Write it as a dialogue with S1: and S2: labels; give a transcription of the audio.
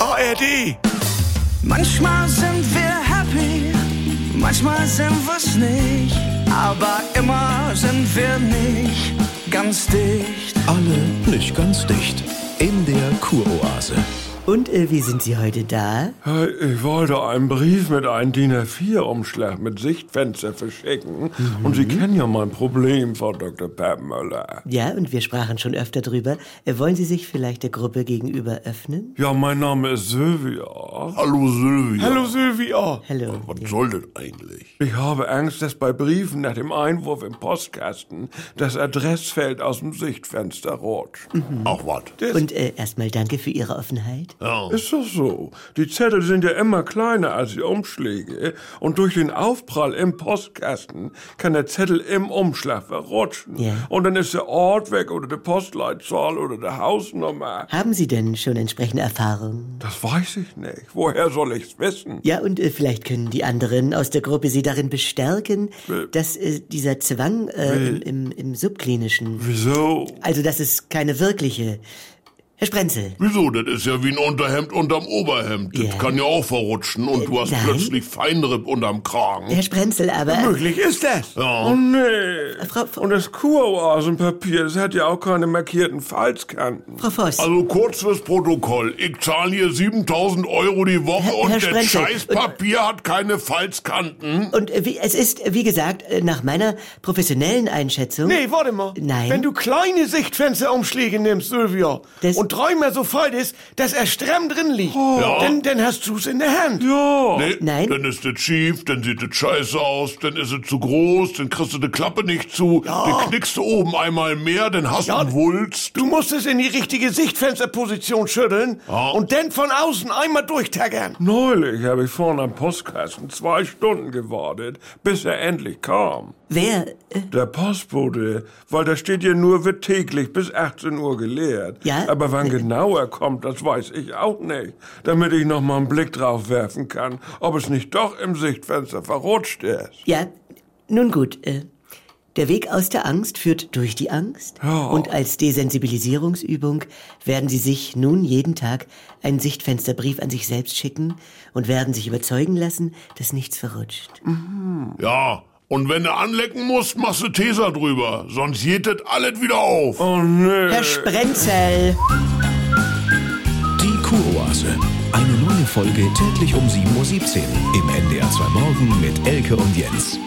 S1: ARD.
S2: Manchmal sind wir happy, manchmal sind wir's nicht, aber immer sind wir nicht ganz dicht.
S3: Alle nicht ganz dicht. In der Kuroase.
S4: Und äh, wie sind Sie heute da?
S5: Hey, Äh, Ich wollte einen Brief mit einem DIN A4-Umschlag mit Sichtfenster verschicken. Und Sie kennen ja mein Problem, Frau Dr. Peppmüller.
S4: Ja, und wir sprachen schon öfter drüber. Äh, wollen Sie sich vielleicht der Gruppe gegenüber öffnen?
S5: Ja, mein Name ist Sylvia.
S1: Hallo Sylvia.
S5: Hallo Sylvia.
S4: Hallo.
S1: Was soll das eigentlich?
S5: Ich habe Angst, dass bei Briefen nach dem Einwurf im Postkasten das Adressfeld aus dem Sichtfenster rutscht.
S1: Ach was.
S4: Und äh, erstmal danke für Ihre Offenheit.
S1: Ja.
S5: Ist doch so. Die Zettel sind ja immer kleiner als die Umschläge. Und durch den Aufprall im Postkasten kann der Zettel im Umschlag verrutschen.
S4: Ja.
S5: Und dann ist der Ort weg oder die Postleitzahl oder die Hausnummer.
S4: Haben Sie denn schon entsprechende Erfahrungen?
S5: Das weiß ich nicht. Woher soll ich's wissen?
S4: Ja, und äh, vielleicht können die anderen aus der Gruppe Sie darin bestärken, dass äh, dieser Zwang äh, im, im, im Subklinischen,
S5: Wieso?
S4: also dass es keine wirkliche... Herr Sprenzel,
S1: Wieso? Das ist ja wie ein Unterhemd unterm Oberhemd. Das
S4: Ja.
S1: kann ja auch verrutschen und du hast
S4: Nein.
S1: plötzlich Feinripp unterm Kragen.
S4: Herr Sprenzel, aber...
S5: Möglich ist das. Oh nee.
S4: Frau- Frau-
S5: Und das Kuroasenpapier, das hat ja auch keine markierten Falzkanten.
S4: Frau Voss,
S1: Also kurz fürs Protokoll. Ich zahle hier 7000 Euro die Woche
S4: Herr-
S1: und
S4: Herr
S1: das
S4: Sprenzel,
S1: Scheißpapier hat keine Falzkanten.
S4: und äh, wie, es ist, äh, wie gesagt, äh, nach meiner professionellen Einschätzung...
S6: Nee, warte mal.
S4: Nein.
S6: Wenn du kleine Sichtfensterumschläge nimmst, Sylvia,
S4: Das-
S6: und dreimal so falt ist, dass er stramm drin liegt,
S1: Oh. Ja.
S6: dann, dann hast du's in der Hand.
S5: Ja.
S1: Nee,
S4: Oh, Nein.
S1: Dann ist das schief, dann sieht das scheiße aus, dann ist es zu groß, dann kriegst du die Klappe nicht zu, dann knickst du oben einmal mehr, dann hast du einen Wulst.
S6: Du musst es in die richtige Sichtfensterposition schütteln
S1: Ah.
S6: und dann von außen einmal durchtackern.
S5: Neulich habe ich vorne am Postkasten zwei Stunden gewartet, bis er endlich kam.
S4: Wer? Äh,
S5: Der Postbote, weil da steht ja nur, wird täglich bis 18 Uhr geleert.
S4: Ja?
S5: Aber wann genau er kommt, das weiß ich auch nicht. Damit ich noch mal einen Blick drauf werfen kann, ob es nicht doch im Sichtfenster verrutscht ist.
S4: Ja, nun gut. Äh, der Weg aus der Angst führt durch die Angst.
S5: Ja.
S4: Und als Desensibilisierungsübung werden Sie sich nun jeden Tag einen Sichtfensterbrief an sich selbst schicken und werden sich überzeugen lassen, dass nichts verrutscht.
S1: Ja, und wenn du anlecken musst, machst du Tesa drüber, sonst jätet alles wieder auf.
S5: Oh nee.
S4: Herr Sprenzel!
S3: Die Kuroase. Eine neue Folge täglich um 7.17 Uhr im NDR 2 Morgen mit Elke und Jens.